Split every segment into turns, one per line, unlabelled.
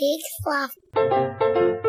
Big fluff.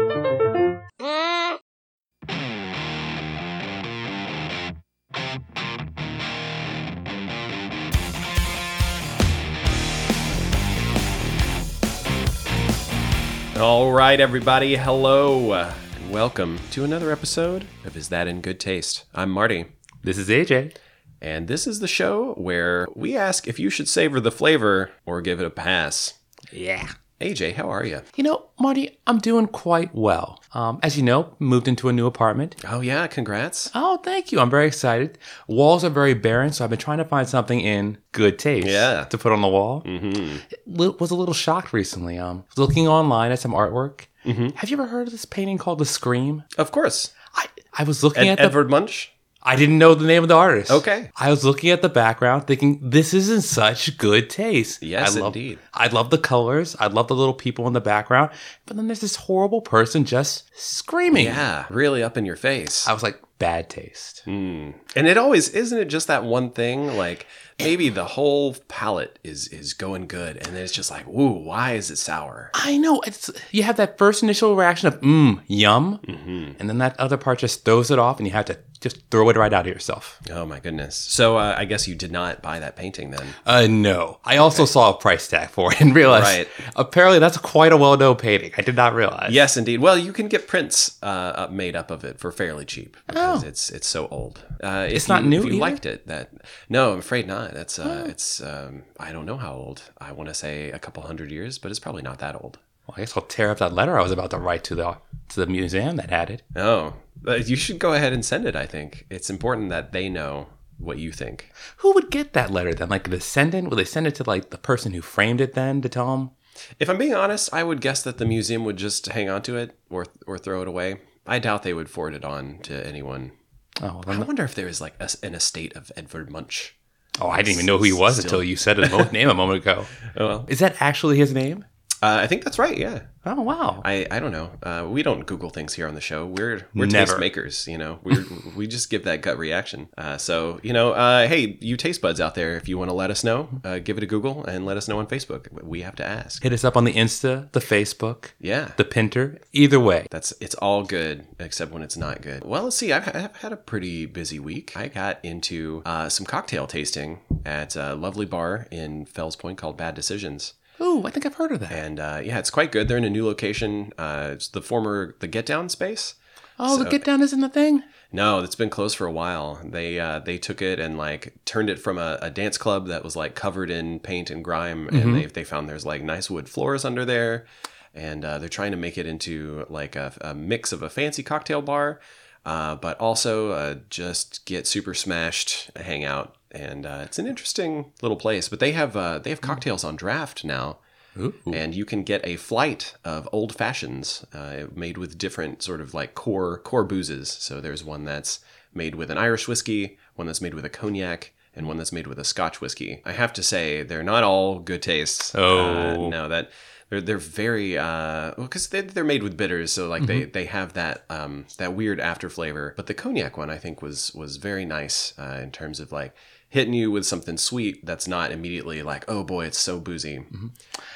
All right, everybody. Hello. uh, And welcome to another episode of Is That in Good Taste? I'm Marty.
This is AJ.
And this is the show where we ask if you should savor the flavor or give it a pass.
Yeah.
AJ, how are you?
You know, Marty, I'm doing quite well. Um, as you know, moved into a new apartment.
Oh, yeah. Congrats.
Oh, thank you. I'm very excited. Walls are very barren, so I've been trying to find something in good taste
Yeah.
to put on the wall.
Mm-hmm.
Li- was a little shocked recently. Um, was looking online at some artwork. Have you ever heard of this painting called The Scream?
Of course.
I, I was looking
Ed-
at the.
Edward Munch?
I didn't know the name of the artist.
Okay.
I was looking at the background thinking, this is in such good taste.
Yes,
I love,
indeed.
I love the colors. I love the little people in the background. But then there's this horrible person just screaming.
Yeah. Really up in your face.
I was like, bad taste.
Mm. And it always isn't it just that one thing like maybe the whole palette is is going good and then it's just like ooh why is it sour?
I know. It's You have that first initial reaction of, mmm, yum.
Mm-hmm.
And then that other part just throws it off and you have to just throw it right out of yourself.
Oh my goodness. So uh, I guess you did not buy that painting then.
Uh, no. I also saw a price tag for it and realized
Right.
apparently that's quite a well known painting. I did not realize.
Yes, indeed. Well, you can get prints uh, uh, made up of it for fairly cheap because it's it's so old. Uh, it's
Oh. not new
If you
either? Oh.
liked it, that no, I'm afraid not. That's uh, it's um, I don't know how old. I want to say a couple hundred years, but it's probably not that old.
Well, I guess I'll tear up that letter I was about to write to the to the museum that had it.
Oh, but you should go ahead and send it. I think it's important that they know what you think.
Who would get that letter then? Like a descendant? Would they send it to like the person who framed it then to tell them?
If I'm being honest, I would guess that the museum would just hang on to it or or throw it away. I doubt they would forward it on to anyone.
Oh, well,
I
then the-
wonder if there is like a, an estate of Edward Munch.
oh, I didn't even know who he was
Still-
until you said his mo- name a moment ago.
Oh, well.
Is that actually his name?
Uh, I think that's right. Yeah.
Oh wow!
I, I don't know. Uh, we don't Google things here on the show. We're we're
Never.
taste makers, you know. We we just give that gut reaction. Uh, so you know, uh, hey, you taste buds out there, if you want to let us know, uh, give it a Google and let us know on Facebook. We have to ask.
Hit us up on the Insta, the Facebook,
Yeah,
the Pinter. Either way,
that's it's all good except when it's not good. Well, let's see. I've, I've had a pretty busy week. I got into uh, some cocktail tasting at a lovely bar in Fells Point called Bad Decisions.
ooh, I think I've heard of that.
And uh, yeah, it's quite good. They're in a new location. Uh, it's the former the Get Down space.
Oh, the get down isn't the thing.
No, it's been closed for a while. They uh, they took it and like turned it from a, a dance club that was like covered in paint and grime, and they they found there's like nice wood floors under there, and uh, they're trying to make it into like a, a mix of a fancy cocktail bar, uh, but also uh, just get super smashed, hang out, and uh, it's an interesting little place. But they have uh, they have cocktails on draft now
Ooh.
and you can get a flight of old fashions uh, made with different sort of like core core boozes. So there's one that's made with an Irish whiskey, one that's made with a cognac, and one that's made with a Scotch whiskey. I have to say they're not all good tastes.
Oh.
uh, no, that they're they're very uh, well because they, they're made with bitters, so like they they have that um that weird after flavor. But the cognac one I think was was very nice uh, in terms of like. Hitting you with something sweet that's not immediately like, oh boy, it's so boozy.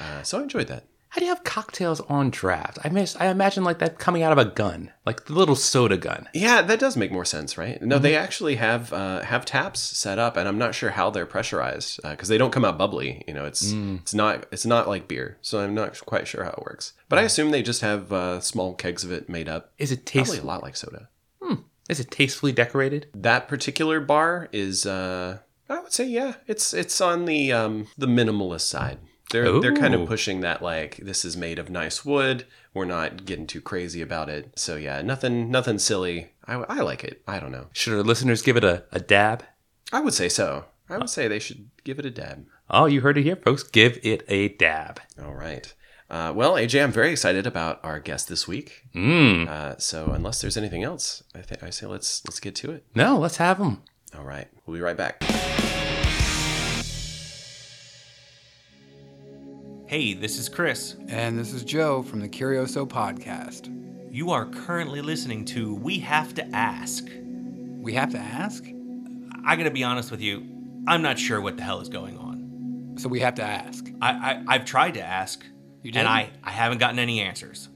Uh, so I enjoyed that.
How do you have cocktails on draft? I miss. I imagine like that coming out of a gun, like the little soda gun.
Yeah, that does make more sense, right? No, they actually have uh, have taps set up, and I'm not sure how they're pressurized because they don't come out bubbly. You know, it's it's not it's not like beer, so I'm not quite sure how it works. But I assume they just have uh, small kegs of it made up,
Is it
probably
taste?
a lot like soda.
Is it tastefully decorated?
That particular bar is, uh, I would say, yeah, it's it's on the um, the minimalist side. They're they're kind of
Ooh.
pushing that like this is made of nice wood. We're not getting too crazy about it. So yeah, nothing nothing silly. I, I like it. I don't know.
Should our listeners give it a, a dab?
I would say so. I would say they should give it a dab.
Oh, you heard it here, folks. Give it a dab.
All right. Uh, well, AJ, I'm very excited about our guest this week.
Mmm.
Uh, so, unless there's anything else, I think I say let's let's get to it.
No, let's have them.
All right, we'll be right back.
Hey, this is Chris.
And this is Joe from the Curioso podcast.
You are currently listening to We Have to Ask.
We have to ask?
I gotta be honest with you, I'm not sure what the hell is going on.
So we have to ask.
I, I I've tried to ask.
You
and I, I haven't gotten any answers.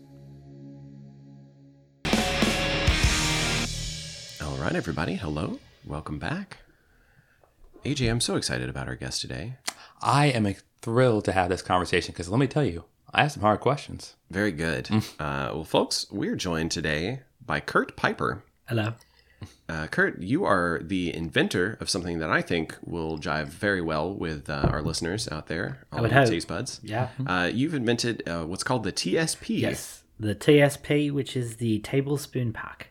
All right, everybody. Hello. Welcome back. AJ, I'm so excited about our guest today.
I am thrilled to have this conversation because let me tell you, I asked some hard questions.
Very good.
Mm.
Uh, well, folks, we're joined today by Kurt Piper.
Hello.
Uh, Kurt, you are the inventor of something that I think will jive very well with uh, our listeners out there, all
would
our
hope.
taste buds.
Yeah.
Uh, you've invented uh, what's called the TSP.
Mm-hmm. Yes. The TSP, which is the tablespoon pack.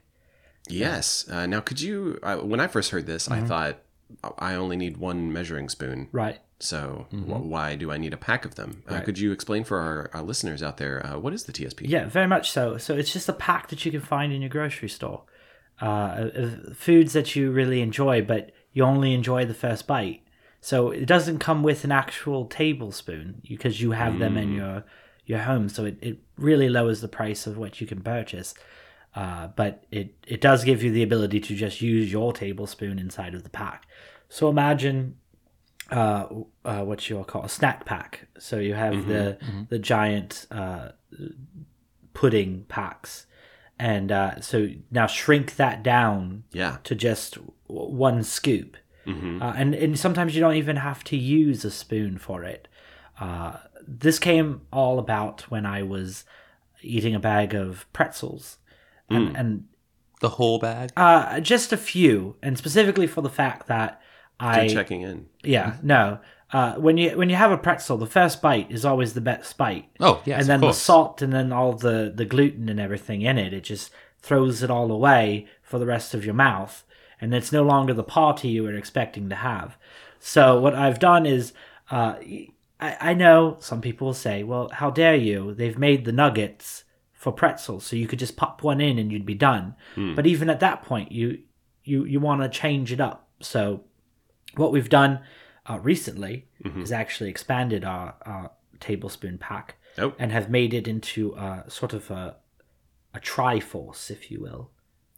Yes. Uh, now, could you? Uh, when I first heard this, I thought "Oh, I only need one measuring spoon.
Mm-hmm. Right. Mm-hmm.
So wh- why do I need a pack of them? Uh,
Right.
could you explain for our, our listeners out there uh, what is the TSP?
Yeah, very much so. So it's just a pack that you can find in your grocery store uh, of foods that you really enjoy, but you only enjoy the first bite. So it doesn't come with an actual tablespoon because you have them in your your home. So it, it really lowers the price of what you can purchase. Uh, but it, it does give you the ability to just use your tablespoon inside of the pack. So imagine uh, uh, what you all call a snack pack. So you have the the giant uh, pudding packs, and uh, so now shrink that down
Yeah. Mm-hmm.
to just w- one scoop, uh, and and sometimes you don't even have to use a spoon for it. Uh, this came all about when I was eating a bag of pretzels, and, and
The whole bag.
uh, just a few, and specifically for the fact that I
Good checking in.
yeah
Mm-hmm.
no. Uh, when you when you have a pretzel, the first bite is always the best bite
Oh, yes.
and then
of
the
course.
salt and then all the the gluten and everything in it it just throws it all away for the rest of your mouth and it's no longer the party you were expecting to have so what i've done is uh I, I know some people will say well how dare you they've made the nuggets for pretzels so you could just pop one in and you'd be done
Hmm.
but even at that point you you you want to change it up so what we've done uh, recently
Mm-hmm.
is actually expanded our, our tablespoon pack
Oh.
and have made it into a sort of a, a triforce, if you will.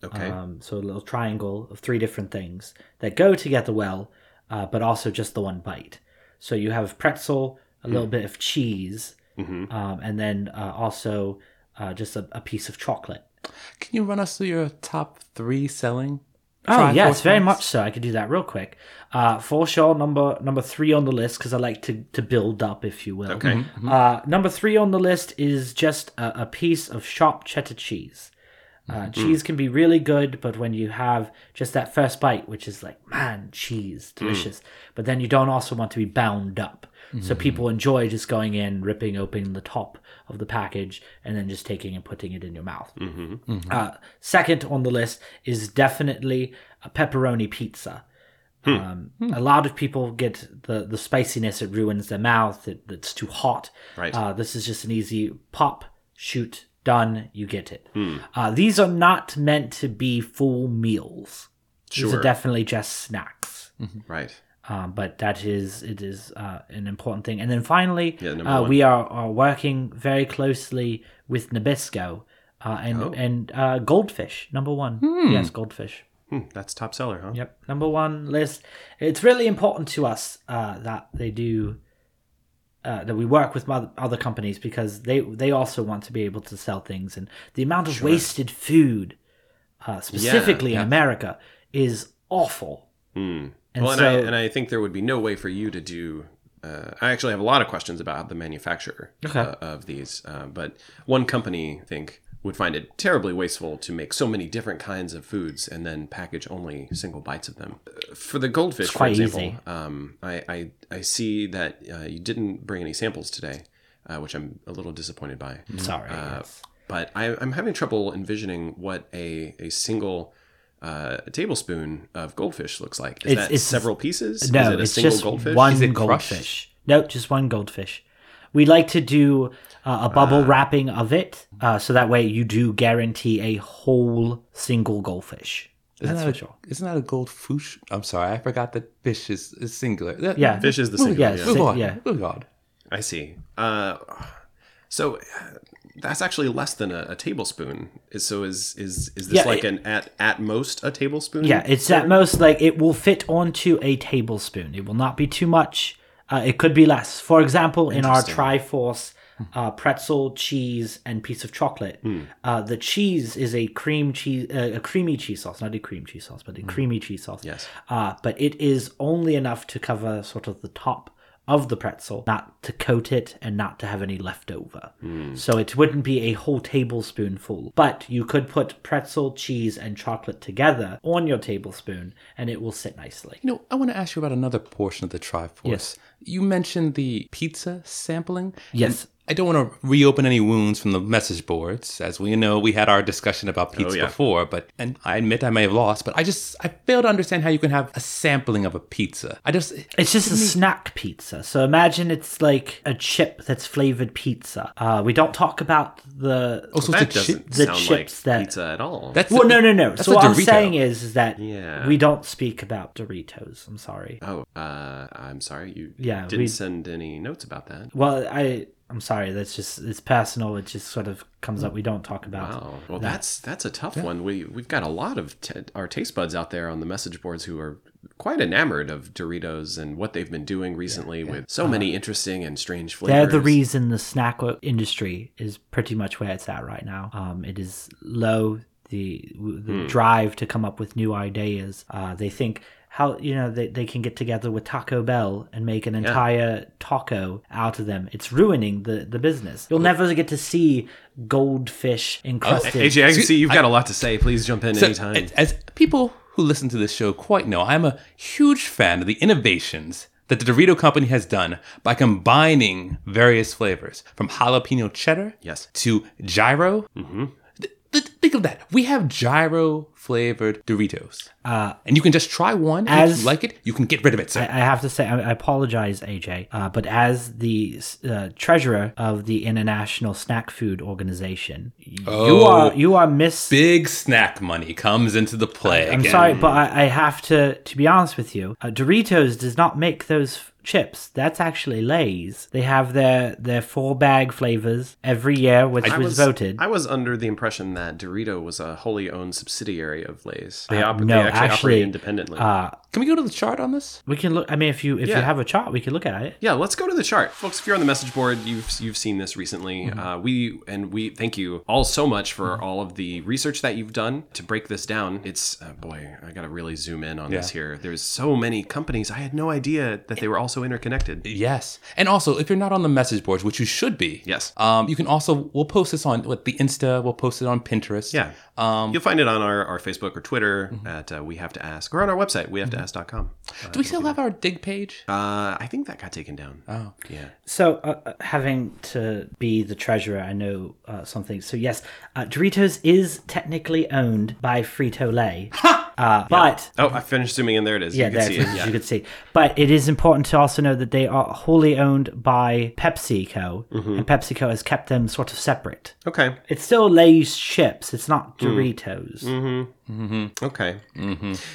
Okay.
Um, so a little triangle of three different things that go together well, uh, but also just the one bite. So you have pretzel, a
Hmm.
little bit of cheese,
Mm-hmm.
um, and then uh, also uh, just a, a piece of chocolate.
Can you run us through your top three selling?
Oh
Triforce
yes, very
packs?
much so. I could do that real quick. Uh, for sure, number number three on the list because I like to to build up, if you will.
Okay.
Uh, number three on the list is just a, a piece of sharp cheddar cheese. Uh, Cheese can be really good, but when you have just that first bite, which is like, man, cheese, delicious, but then you don't also want to be bound up. So people enjoy just going in, ripping open the top of the package, and then just taking and putting it in your mouth.
Mm-hmm.
Uh, second on the list is definitely a pepperoni pizza.
Hmm.
Um, A lot of people get the, the spiciness; it ruins their mouth. It, it's too hot.
Right.
Uh, this is just an easy pop, shoot, done. You get it.
Hmm.
Uh, these are not meant to be full meals. These
Sure.
are definitely just snacks.
Right.
Um, but that is it is uh, an important thing. And then finally,
Yeah, number
uh,
one.
we are, are working very closely with Nabisco uh, and
Oh.
and uh, Goldfish number one. Yes, Goldfish.
Hmm, that's top seller, huh?
Yep, number one list. It's really important to us uh, that they do uh, that we work with moth- other companies because they they also want to be able to sell things, and the amount of wasted food, uh, specifically in America, is awful. And
Hmm. well, and,
so,
I, and I think there would be no way for you to do. Uh, I actually have a lot of questions about the manufacturer uh, of these, uh, but one company I think would find it terribly wasteful to make so many different kinds of foods and then package only single bites of them. Uh, For the goldfish, for
quite
example,
easy.
um, I, I I see that uh, you didn't bring any samples today, uh, which I'm a little disappointed by.
sorry.
Uh,
yes.
but I, I'm having trouble envisioning what a, a single uh, tablespoon of goldfish looks like. Is
It's-
that
it's-
several pieces?
No,
Is it a
it's
single
just
goldfish?
one
Is it crushed?
goldfish. No, just one goldfish. We like to do uh, a bubble wrapping of it, uh, so that way you do guarantee a whole single goldfish.
Isn't that
That's for
a,
sure.
Isn't that a goldfish? I'm sorry, I forgot that fish is, is singular. That- oh,
Yeah.
Fish is the
Move,
single.
yeah,
yeah.
si-
Move on.
yeah.
Move on.
I see. Uh, so uh, that's actually less than a, a tablespoon. Is- So is is is this
Yeah,
like
it-
an at at most a tablespoon?
Yeah, it's at most like it will fit onto a tablespoon. It will not be too much. Uh, it could be less. For example, in our Triforce uh, pretzel, cheese, and piece of chocolate. Uh, the cheese is a cream cheese, uh, a creamy cheese sauce, not a cream cheese sauce, but a creamy cheese sauce.
Yes.
Uh, but it is only enough to cover sort of the top of the pretzel, not to coat it and not to have any leftover. So it wouldn't be a whole tablespoonful. But you could put pretzel, cheese, and chocolate together on your tablespoon and it will sit nicely.
You know, I want to ask you about another portion of the Triforce.
Yes.
You mentioned the pizza sampling.
Yes.
And I don't want to reopen any wounds from the message boards. As we know, we had our discussion
Oh,
about pizza
yeah.
before, but and I admit I may have lost, but I just I fail to understand how you can have a sampling of a pizza. I just
It's just a snack pizza. So imagine it's like a chip that's flavored pizza. Uh, we don't talk about the.
also
That
it's a
doesn't
chip.
the
sound like
chips that-
pizza at all.
That's
Well,
a-
no, no, no.
that's
So
a
what I'm
Dorito.
saying is, is that
Yeah.
we don't speak about Doritos. I'm sorry.
oh, uh, I'm sorry. You
Yeah,
didn't
we-
send any notes about that.
Well, I I'm sorry. That's just it's personal. It just sort of comes up. We don't talk about.
Wow. Well, that's that's a tough one. We we've got a lot of t- our taste buds out there on the message boards who are quite enamored of Doritos and what they've been doing recently with so many interesting and strange flavors.
Uh-huh. They're the reason the snack industry is pretty much where it's at right now. Um, it is low the the
Hmm.
drive to come up with new ideas. Uh, they think how you know they, they can get together with Taco Bell and make an entire taco out of them. It's ruining the, the business. You'll never get to see goldfish encrusted.
AJ, I can see you've got a lot to say. Please jump in
So,
anytime.
as- As people who listen to this show quite know, I'm a huge fan of the innovations that the Dorito company has done by combining various flavors from jalapeno cheddar
Yes.
to gyro. Mm-hmm. think of that. We have gyro flavored Doritos. Uh, and you can just try one. and if
as-
you like it, you can get rid of it. So,
I, I have to say, I, I apologize, AJ, uh, but as the uh, treasurer of the International Snack Food Organization, you
Oh.
are you are miss.
big snack money comes into the play.
I'm
again.
sorry, but I, I have to to be honest with you. Uh, Doritos does not make those f- chips. That's actually Lay's. They have their their four bag flavors every year, which was, voted.
I was under the impression that Dorito was a wholly owned subsidiary of Lay's. They, op-
Uh, no,
they actually,
actually, uh,
operate independently.
Can we go to the chart on this?
we can look. I mean, if you if you
Yeah.
have a chart, we can look at it.
yeah, let's go to the chart, folks. If you're on the message board, you've you've seen this recently. Uh, we and we thank you all so much for all of the research that you've done to break this down. It's uh, boy, I gotta really zoom in on this
Yeah.
here. There's so many companies. I had no idea that they were also interconnected.
Yes. And also, if you're not on the message boards, which you should be,
Yes.
Um, you can also we'll post this on what the Insta. We'll post it on Pinterest.
Yeah,
Um,
you'll find it on our, our Facebook or Twitter at uh, We Have to Ask, or on our website We Have to Ask.com.
do we still have our dig page?
Uh, I think that got taken down.
Oh.
yeah.
So, uh, uh, having to be the treasurer, I know uh, something. So, yes, uh, Doritos is technically owned by Frito Lay. Uh, but,
Oh, I finished zooming in. There it is.
yeah,
you can
there
see
it
it.
is,
Yeah.
you could see. But it is important to also know that they are wholly owned by PepsiCo,
Mm-hmm.
and PepsiCo has kept them sort of separate.
Okay.
It's still Lay's chips, it's not
Mm.
Doritos.
Okay.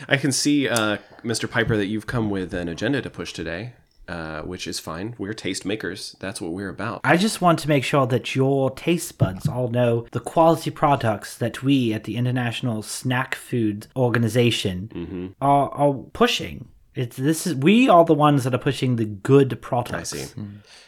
I can see, uh, Mr. Piper, that you've come with an agenda to push today, uh, which is fine. We're taste makers. That's what we're about.
I just want to make sure that your taste buds all know the quality products that we at the International Snack Food Organization
Mm-hmm.
are, are pushing. It's this is we are the ones that are pushing the good products. I see.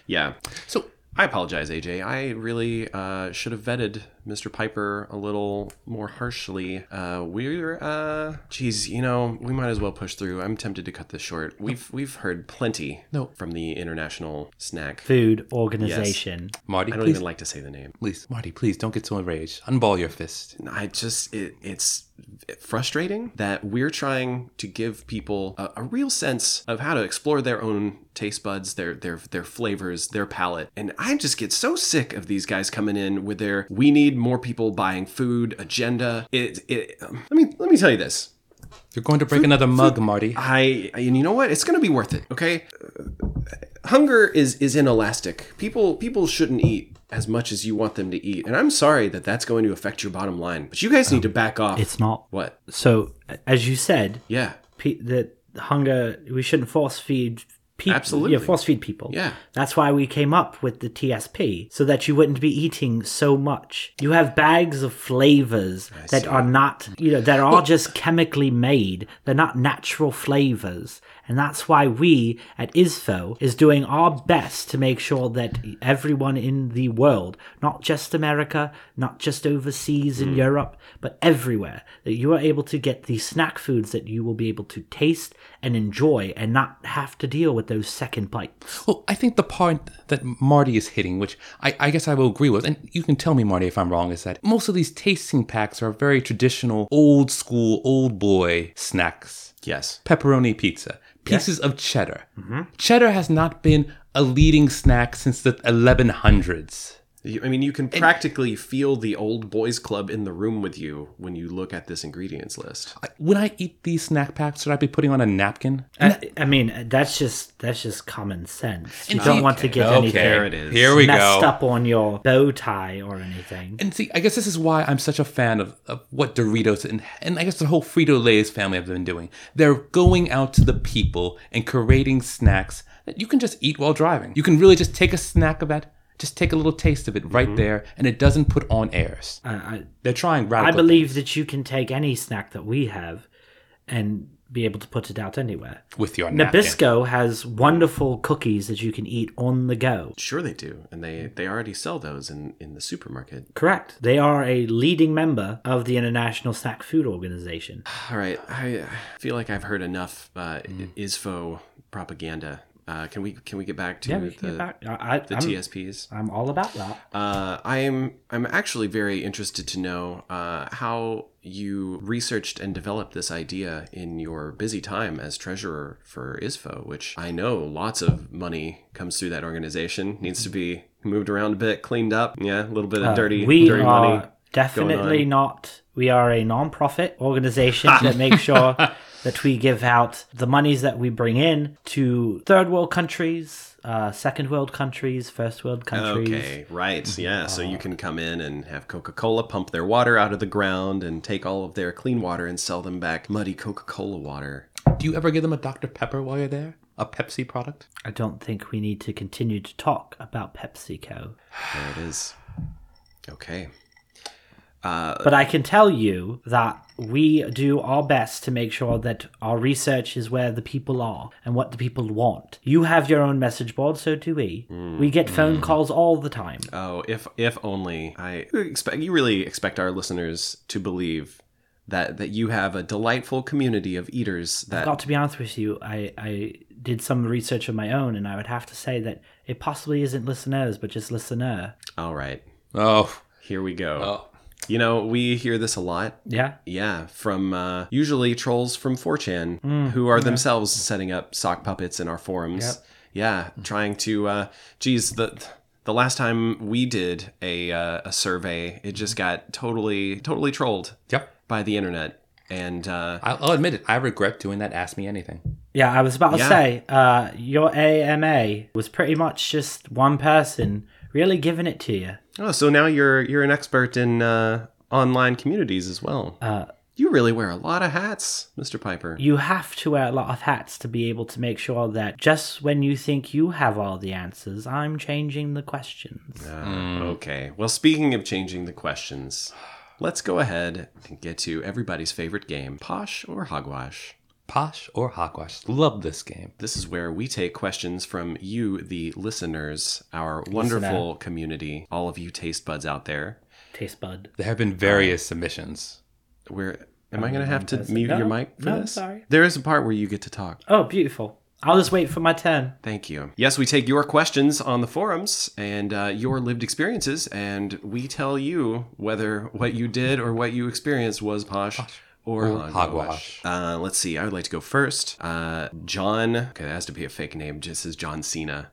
yeah.
So
I apologize, AJ. I really uh, should have vetted Mr. Piper a little more harshly. Uh, we're, uh, geez, you know, we might as well push through. I'm tempted to cut this short. We've we've heard plenty
No.
from the international snack.
Food organization.
Marty,
I don't
please,
even like to say the name.
please, Marty, please don't get so enraged. Unball your fist.
I just it, it's frustrating that we're trying to give people a, a real sense of how to explore their own taste buds, their their their flavors, their palate. And I just get so sick of these guys coming in with their we need more people buying food agenda. It it um, let me let me tell you this.
You're going to break another mug, Marty.
I and you know what? It's gonna be worth it. Okay, hunger is is inelastic. People people shouldn't eat as much as you want them to eat. And I'm sorry that that's going to affect your bottom line. But you guys need to back off.
It's not.
what?
So as you said,
Yeah.
pe- that hunger we shouldn't force feed people.
Absolutely.
Yeah, force feed people.
Yeah.
That's why we came up with the TSP so that you wouldn't be eating so much. You have bags of flavors that are not, you know, that are just chemically made. They're not natural flavors. And that's why we at ISFO is doing our best to make sure that everyone in the world, not just America, not just overseas in Europe, but everywhere, that you are able to get the snack foods that you will be able to taste and enjoy and not have to deal with those second bites.
Well, I think the part that Marty is hitting, which I, I guess I will agree with, and you can tell me, Marty, if I'm wrong, is that most of these tasting packs are very traditional, old school, old boy snacks.
Yes.
Pepperoni pizza, pieces of cheddar. Cheddar has not been a leading snack since the 1100s.
You- I mean, you can practically feel the old boys club in the room with you when you look at this ingredients list.
I- When I eat these snack packs, should I be putting on a napkin?
I, I mean, that's just that's just common sense. You
And
don't
see-
want to get
okay,
anything
There it is.
Here we
messed
go.
up on your bow tie or anything.
And see, I guess this is why I'm such a fan of, of what Doritos and, and I guess the whole Frito Lay's family have been doing. They're going out to the people and creating snacks that you can just eat while driving. You can really just take a snack of that, just take a little taste of it right there, and it doesn't put on airs.
Uh, Mm-hmm. I,
They're trying
I
radical.
believe that you can take any snack that we have and be able to put it out anywhere.
things with your napkin.
Nabisco has wonderful cookies that you can eat on the go.
Sure, they do, and they they already sell those in in the supermarket.
Correct. They are a leading member of the International Snack Food Organization.
Ah,
All right, I feel like I've heard enough uh, ISFO propaganda. Uh, can we can we get back to
Yeah, we
the,
can get back. I, I,
the
I'm,
TSPs?
I'm all about that.
Uh, I'm I'm actually very interested to know uh, how you researched and developed this idea in your busy time as treasurer for ISFO, which I know lots of money comes through that organization. Needs to be moved around a bit, cleaned up. Yeah, a little bit of
Uh,
dirty
we
dirty
are
money.
definitely
on.
not. We are a non-profit organization that makes sure that we give out the monies that we bring in to third world countries, uh, second world countries, first world countries. Mm-hmm. Uh-huh.
Okay, right. Yeah, so you can come in and have Coca Cola pump their water out of the ground and take all of their clean water and sell them back muddy Coca Cola water.
Do you ever give them a Dr. Pepper while you're there? A Pepsi product?
I don't think we need to continue to talk about PepsiCo.
There it is. Okay.
But I can tell you that we do our best to make sure that our research is where the people are and what the people want. You have your own message board, so do we. We get
Mm.
phone calls all the time.
Oh, if if only I you expect you really expect our listeners to believe that that you have a delightful community of eaters that
Got to be honest with you, I, I did some research of my own, and I would have to say that it possibly isn't listeners, but just listener.
All right.
Oh,
Here we go.
oh.
You know, we hear this a lot.
Yeah.
Yeah, from uh, usually trolls from 4chan who are themselves setting up sock puppets in our forums. Yeah, trying to. Uh, geez, the the last time we did a uh, a survey, it just got totally totally trolled
Yep.
by the internet, and uh,
I'll, I'll admit it. I regret doing that. Ask me anything.
Yeah, I was about to
Yeah.
say, uh, your AMA was pretty much just one person really giving it to you.
oh, so now you're you're an expert in uh, online communities as well. Uh, you really wear a lot of hats, Mr. Piper.
you have to wear a lot of hats to be able to make sure that just when you think you have all the answers, I'm changing the questions.
Uh,
Mm.
Okay. Well, speaking of changing the questions, let's go ahead and get to everybody's favorite game, Posh or Hogwash.
Posh or hogwash? Love this game.
This is where we take questions from you, the listeners, our wonderful community, all of you taste buds out there.
Taste bud.
There have been various submissions.
Where am I going to have to mute
No,
your mic for
no,
this?
sorry.
There is a part where you get to talk.
Oh, beautiful. I'll just wait for my turn.
Thank you. Yes, we take your questions on the forums and uh, your lived experiences, and we tell you whether what you did or what you experienced was posh. Or
Or
hogwash. Uh, let's see. I would like to go first. Uh, John. Okay, that has to be a fake name. Just as John Cena.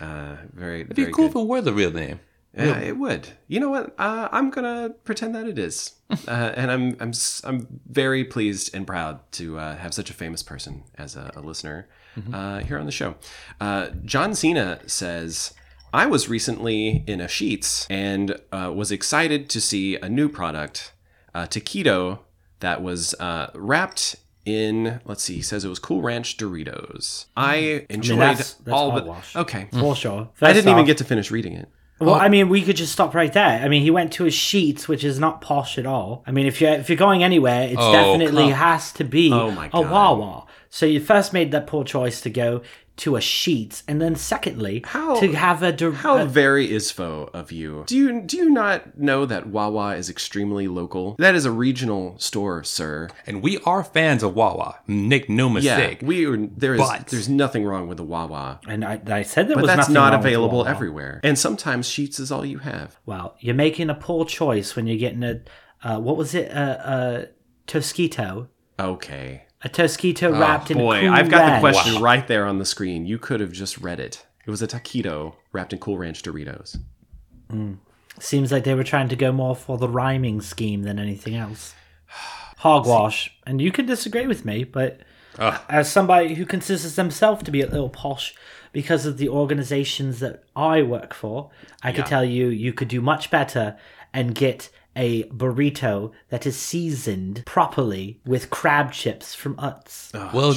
Uh, very,
It'd
very
be cool
good.
if it were the real name.
Yeah, it would. You know what? Uh, I'm gonna pretend that it is, uh, and I'm I'm s- I'm very pleased and proud to uh, have such a famous person as a, a listener uh, here on the show. Uh, John Cena says. I was recently in a Sheets and uh, was excited to see a new product, uh, taquito, that was uh, wrapped in. Let's see, he says it was Cool Ranch Doritos. I enjoyed
that's- Mm. that's
all
all
but
wash.
okay.
For sure.
I didn't
First
even
off-
get to finish reading it.
Well, I mean, we could just stop right there. I mean, he went to his sheets, which is not posh at all. I mean, if you're if you're going anywhere, it
Oh,
definitely
come-
has to be
Oh my
a
God.
Wawa. So you first made that poor choice to go to a sheets, and then secondly,
How-
to have a, dir-
How
a-
very isfo of you. Do you do you not know that Wawa is extremely local? That is a regional store, sir.
And we are fans of Wawa. Make no mistake.
Yeah, we are- there is
But-
there's nothing wrong with the Wawa,
and I, I said there
but
was
that's
nothing
not
wrong with
available
Wawa.
everywhere. And sometimes sheets is all you have.
Well, you're making a poor choice when you're getting a uh, what was it a, a Tosquito,
Okay,
a Tosquito wrapped in
Oh, boy,
cool
I've got the
ranch.
question right there on the screen. You could have just read it. It was a taquito wrapped in Cool Ranch Doritos.
Seems like they were trying to go more for the rhyming scheme than anything else. Hogwash. And you can disagree with me, but
Ah.
as somebody who considers themselves to be a little posh because of the organizations that I work for, I could tell you you could do much better and get a burrito that is seasoned properly with crab chips from Utz.
Ah. Oh,
Well,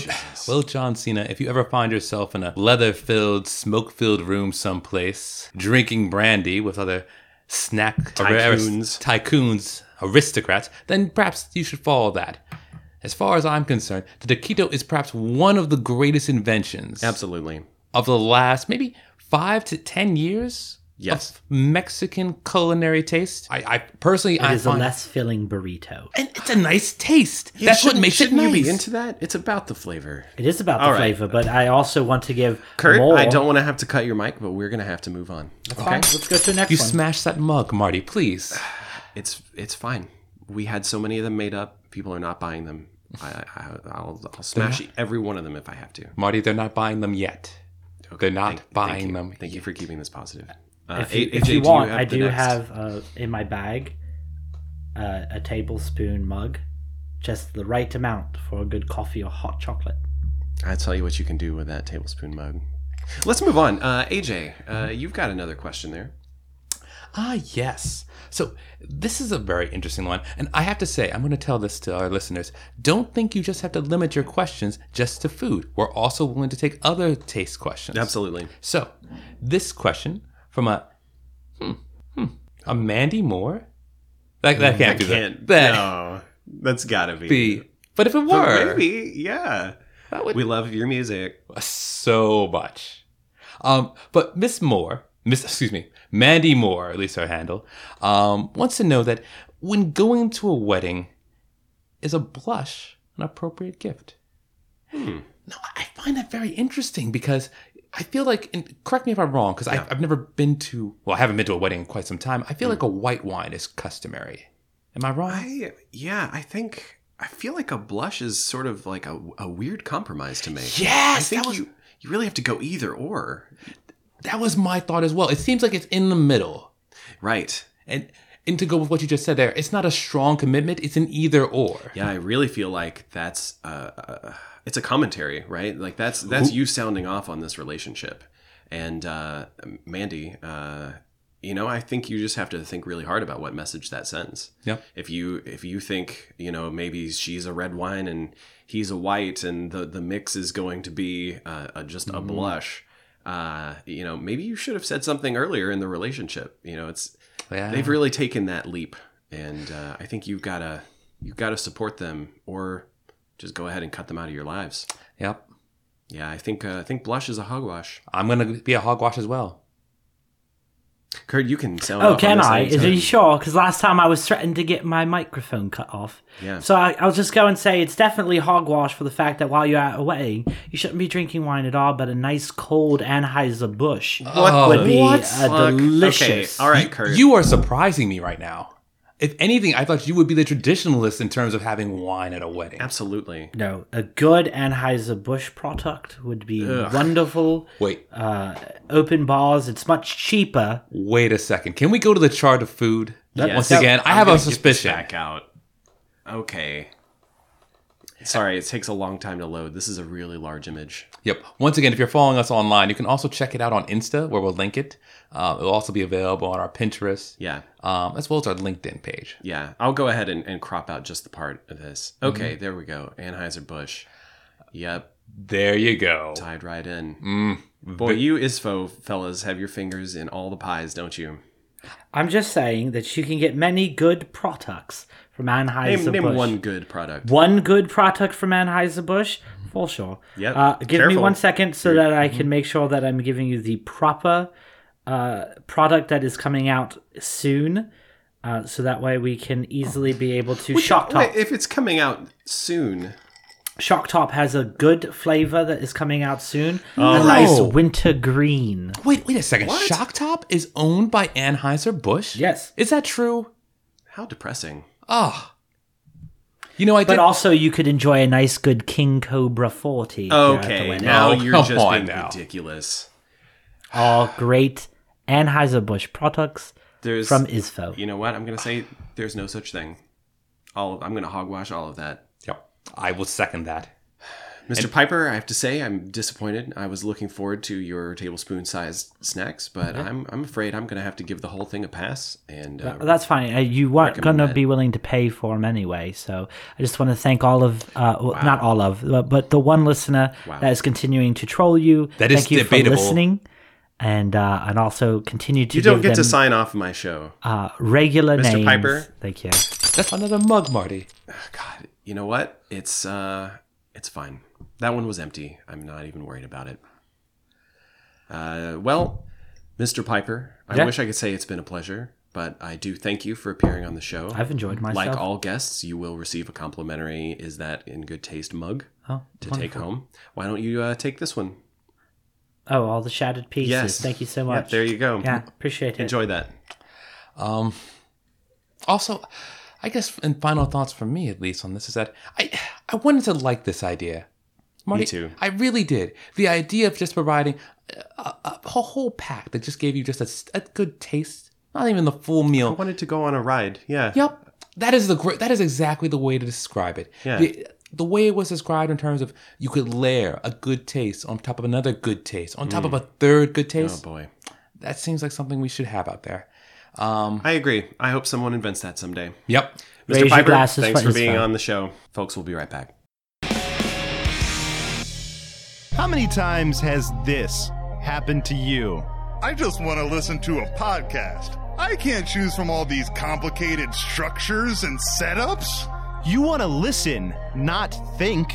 well, John Cena, if you ever find yourself in a leather-filled, smoke-filled room someplace, drinking brandy with other snack
Tycoons.
tycoons, aristocrats, then perhaps you should follow that. As far as I'm concerned, the taquito is perhaps one of the greatest inventions
Absolutely.
of the last maybe five to ten years.
Yes.
of Mexican culinary taste. I, I personally,
It
I
is a
find,
less filling burrito.
and it's a nice taste.
Yeah,
That's what
shouldn't-
makes it
shouldn't
nice.
You be into that? It's about the flavor.
It is about the
right.
flavor, but I also want to give
Kurt,
more.
I don't want to have to cut your mic, but we're gonna have to move on.
Fine, Let's go to the next
you
one.
smash that mug, Marty, please.
It's it's fine. We had so many of them made up. People are not buying them. I, I I'll, I'll smash every one of them if I have to.
Marty, they're not buying them yet. They're not
Thank
buying
you.
them.
Thank you for keeping this positive. Uh,
if you,
A-
if
AJ,
you
do
want,
have
I
the
do
next?
have uh, in my bag uh, a tablespoon mug, just the right amount for a good coffee or hot chocolate.
I tell you what you can do with that tablespoon mug. Let's move on. Uh, AJ, uh, you've got another question there.
Ah, yes. So this is a very interesting one, and I have to say, I'm going to tell this to our listeners. Don't think you just have to limit your questions just to food. We're also willing to take other taste questions.
Absolutely.
So, this question from a hmm, hmm, a Mandy Moore. That, Mm, that can't be the- that.
no, that's gotta be.
be. But if
But
it were,
maybe, yeah.
that would
We love your music.
so much. Um, but Miss Moore, Miss, excuse me, Mandy Moore, at least her handle, um, wants to know that when going to a wedding, is a blush an appropriate gift? No, I find that very interesting because I feel like, and correct me if I'm wrong, because I've never been to, well, I haven't been to a wedding in quite some time. I feel like a white wine is customary. Am I wrong?
I yeah, I think I feel like a blush is sort of like a, a weird compromise to make.
Yes,
I think
that was-
you you really have to go either or.
that was my thought as well. It seems like it's in the middle.
Right.
And and to go with what you just said there, it's not a strong commitment. It's an either or.
Yeah, I really feel like that's uh, uh it's a commentary, right? Like that's that's you sounding off on this relationship. And uh Mandy, uh you know, I think you just have to think really hard about what message that sends.
Yeah.
If you if you think, you know, maybe she's a red wine and he's a white and the the mix is going to be uh, a, just a blush, uh you know, maybe you should have said something earlier in the relationship. You know, it's
Yeah.
they've really taken that leap and uh, i think you've got to you've got to support them or just go ahead and cut them out of your lives
yep.
yeah i think uh, i think blush is a hogwash
I'm gonna be a hogwash as well.
kurt you can sound
Oh,
off on
can
this
I?
anytime.
Is are you sure? Because last time I was threatened to get my microphone cut off.
Yeah.
So I, I'll just go and say it's definitely hogwash for the fact that while you're at a wedding, you shouldn't be drinking wine at all. But a nice cold Anheuser Busch would be
What?
uh,
Fuck.
delicious.
okay all right kurt
You are surprising me right now. If anything, I thought you would be the traditionalist in terms of having wine at a wedding.
absolutely
No, a good Anheuser Busch product would be wonderful.
Wait,
uh, open bars. It's much cheaper.
wait a second. Can we go to the chart of food
That-
once
that-
again? I
I'm
have a
gonna get this
suspicion.
back out okay sorry it takes a long time to load this is a really large image
Yep. Once again, if you're following us online, you can also check it out on Insta, where we'll link it. Uh, it'll also be available on our Pinterest,
yeah
um, as well as our LinkedIn page.
yeah i'll go ahead and, and crop out just the part of this okay
Mm-hmm.
there we go anheuser-busch yep
There you go.
tied right in.
Mm.
Boy, you ISFO fellas have your fingers in all the pies, don't you?
I'm just saying that you can get many good products from
Name,
Anheuser-Busch.
name one good product.
One good product from Anheuser-Busch, for sure.
Yep.
Uh, give me
Careful. Mm-hmm.
one second so that I can make sure that I'm giving you the proper uh, product that is coming out soon. Uh, so that way we can easily be able to shock top.
Wait, if it's coming out soon,
Shock top has a good flavor that is coming out soon.
Oh.
a nice winter green.
Wait, wait a second. Shock Top is owned by Anheuser Busch.
Yes.
is that true?
how depressing.
Ah, you know I did.
But also, you could enjoy a nice, good King Cobra 40. here at the
Okay,
window.
now
Oh,
you're
come
just
on
being
now.
ridiculous.
All great Anheuser-Busch products
There's
from ISFO.
You know what? I'm gonna say there's no such thing. All I'm gonna hogwash all of that.
Yep, I will second that.
Mr. Piper, I have to say I'm disappointed. I was looking forward to your tablespoon-sized snacks, but I'm I'm afraid I'm gonna have to give the whole thing a pass. And uh,
That's fine. Uh, You weren't going
recommend
to
that.
be willing to pay for them anyway. So I just want to thank all of, uh, well, not all of, but- but the one listener that is continuing to troll you.
That is
thank you
debatable.
for listening. And, uh, and also continue to
you don't
give
get to
them,
sign off my show.
uh, regular
Mr.
names.
Piper.
Thank you.
That's another mug, Marty.
God, you know what? It's uh, it's fine. That one was empty. I'm not even worried about it. Uh, well, Mr. Piper, I
Yeah.
wish I could say it's been a pleasure, but I do thank you for appearing on the show.
I've enjoyed myself.
like all guests, you will receive a complimentary "Is that in good taste?" mug
oh,
to
wonderful.
take home. Why don't you uh, take this one?
Oh, all the shattered pieces.
Yes.
Thank you so
Yep,
much.
there you go.
Yeah, appreciate it.
Enjoy that.
Um, also, I guess and final thoughts from me at least on this is that I I wanted to like this idea. Marty,
too.
I really did. The idea of just providing a, a, a whole pack that just gave you just a s- a, good taste, not even the full
I
meal.
wanted to go on a ride. Yeah.
Yep, that is the great. That is exactly the way to describe it.
Yeah.
The, the way it was described in terms of you could layer a good taste on top of another good taste on top of a third good
Oh
taste.
boy.
that seems like something we should have out there. Um,
I agree. I hope someone invents that someday.
yep.
Mr.
Raise your
Piper,
glasses
thanks
for
for
his
being
phone.
on the show. Folks, we'll be right back.
How many times has this happened to you?
I just want to listen to a podcast. I can't choose from all these complicated structures and setups.
You want to listen, not think.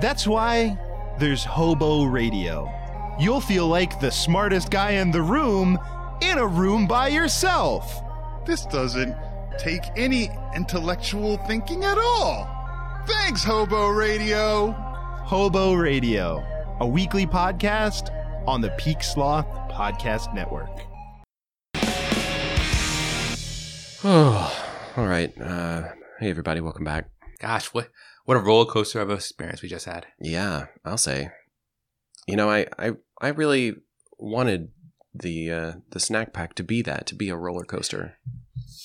That's why there's Hobo Radio. You'll feel like the smartest guy in the room in a room by yourself.
This doesn't take any intellectual thinking at all. Thanks, Hobo Radio.
Hobo Radio, a weekly podcast on the Peak Sloth Podcast Network.
Oh, all right. Uh, hey, everybody, welcome back.
Gosh, what what a roller coaster of experience we just had.
Yeah, I'll say. You know, I I, I really wanted the uh, the snack pack to be that, to be a roller coaster,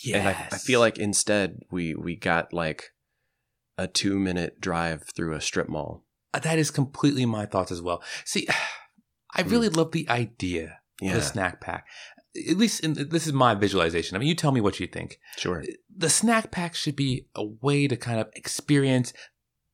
Yeah,
and I, I feel like instead we we got like a two minute drive through a strip mall.
that is completely my thoughts as well. See, I really love the idea of
Mm. Yeah,
the snack pack. At least in, this is my visualization. I mean, you tell me what you think.
sure.
The snack pack should be a way to kind of experience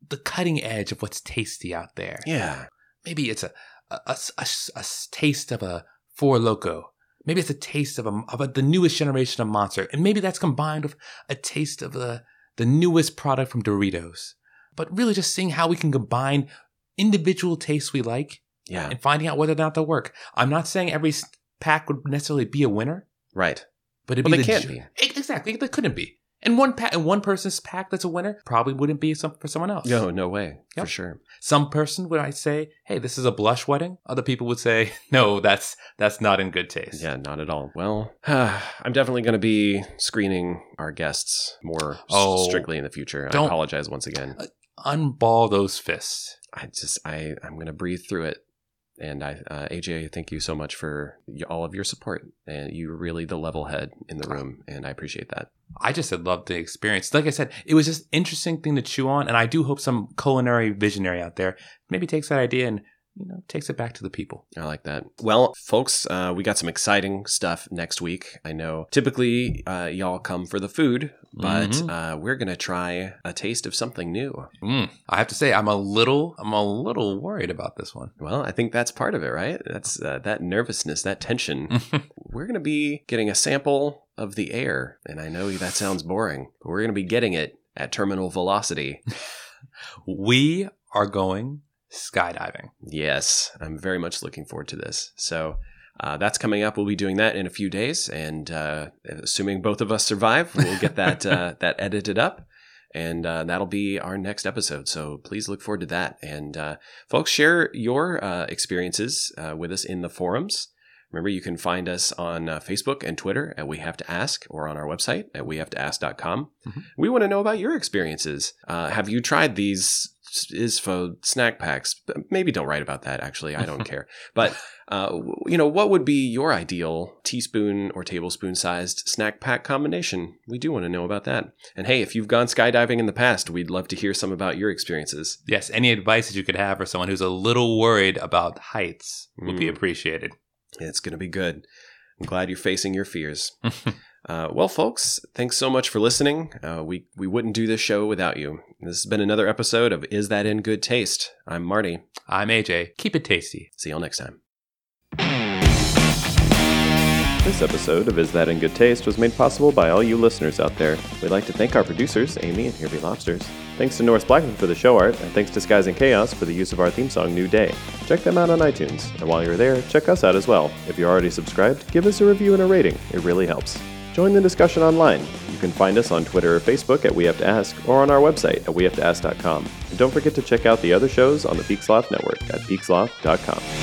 the cutting edge of what's tasty out there.
Yeah,
maybe it's a a, a- a- a taste of a four loco. Maybe it's a taste of a, of a, the newest generation of Monster, and maybe that's combined with a taste of the the newest product from Doritos. But really, just seeing how we can combine individual tastes we like
yeah.
and finding out whether or not they'll work. I'm not saying every s- pack would necessarily be a winner,
Right.
but it'd
Well,
be
they
the
can't
ju-
be.
Ex- exactly. They couldn't be. And one pack, and one person's pack that's a winner probably wouldn't be some, for someone else.
No, no way. For
Yep.
sure.
Some person would I say, "Hey, this is a blush wedding." Other people would say, "No, that's that's not in good taste."
Yeah, not at all. Well, I'm definitely going to be screening our guests more s-
Oh,
strictly in the future. I
don't-
apologize once again.
Unball those fists.
I just I I'm gonna breathe through it. And I, uh, AJ, thank you so much for y- all of your support. And you're really the level head in the room, and I appreciate that.
I just had loved the experience. Like I said, it was just an interesting thing to chew on, and I do hope some culinary visionary out there maybe takes that idea and you know, takes it back to the people.
I like that. Well, folks, uh, we got some exciting stuff next week. I know typically uh, y'all come for the food, but
Mm-hmm.
uh, we're gonna try a taste of something new.
Mm. I have to say, I'm a little, I'm a little worried about this one.
Well, I think that's part of it, right? That's uh, that nervousness, that tension. we're gonna be getting a sample of the air, and I know that sounds boring, but we're gonna be getting it at terminal velocity.
We are going skydiving.
Yes, I'm very much looking forward to this. So uh, that's coming up. We'll be doing that in a few days, and uh, assuming both of us survive, we'll get that uh, that edited up, and uh, that'll be our next episode. So please look forward to that. And uh, folks, share your uh, experiences uh, with us in the forums. Remember, you can find us on uh, Facebook and Twitter at We Have to Ask or on our website at wehavetoask.com. We want to know about your experiences. Uh, have you tried these ISFO snack packs? Maybe don't write about that, actually. I don't care. But, uh, w- you know, what would be your ideal teaspoon or tablespoon sized snack pack combination? We do want to know about that. And hey, if you've gone skydiving in the past, we'd love to hear some about your experiences.
Yes, any advice that you could have for someone who's a little worried about heights would be
Mm.
appreciated.
It's going to be good. I'm glad you're facing your fears. uh, well, folks, thanks so much for listening. Uh, we, we wouldn't do this show without you. This has been another episode of Is That in Good Taste? I'm Marty.
I'm AJ. Keep it tasty.
See y'all next time.
This episode of Is That in Good Taste was made possible by all you listeners out there. We'd like to thank our producers, Amy and Here Be Lobsters. Thanks to Norris Blackman for the show art, and thanks to Skies and Chaos for the use of our theme song, New Day. Check them out on iTunes, and while you're there, check us out as well. If you're already subscribed, give us a review and a rating, it really helps. Join the discussion online. You can find us on Twitter or Facebook at We Have to Ask, or on our website at WeHaveToAsk.com. And don't forget to check out the other shows on the Peaksloft Network at Peaksloft.com.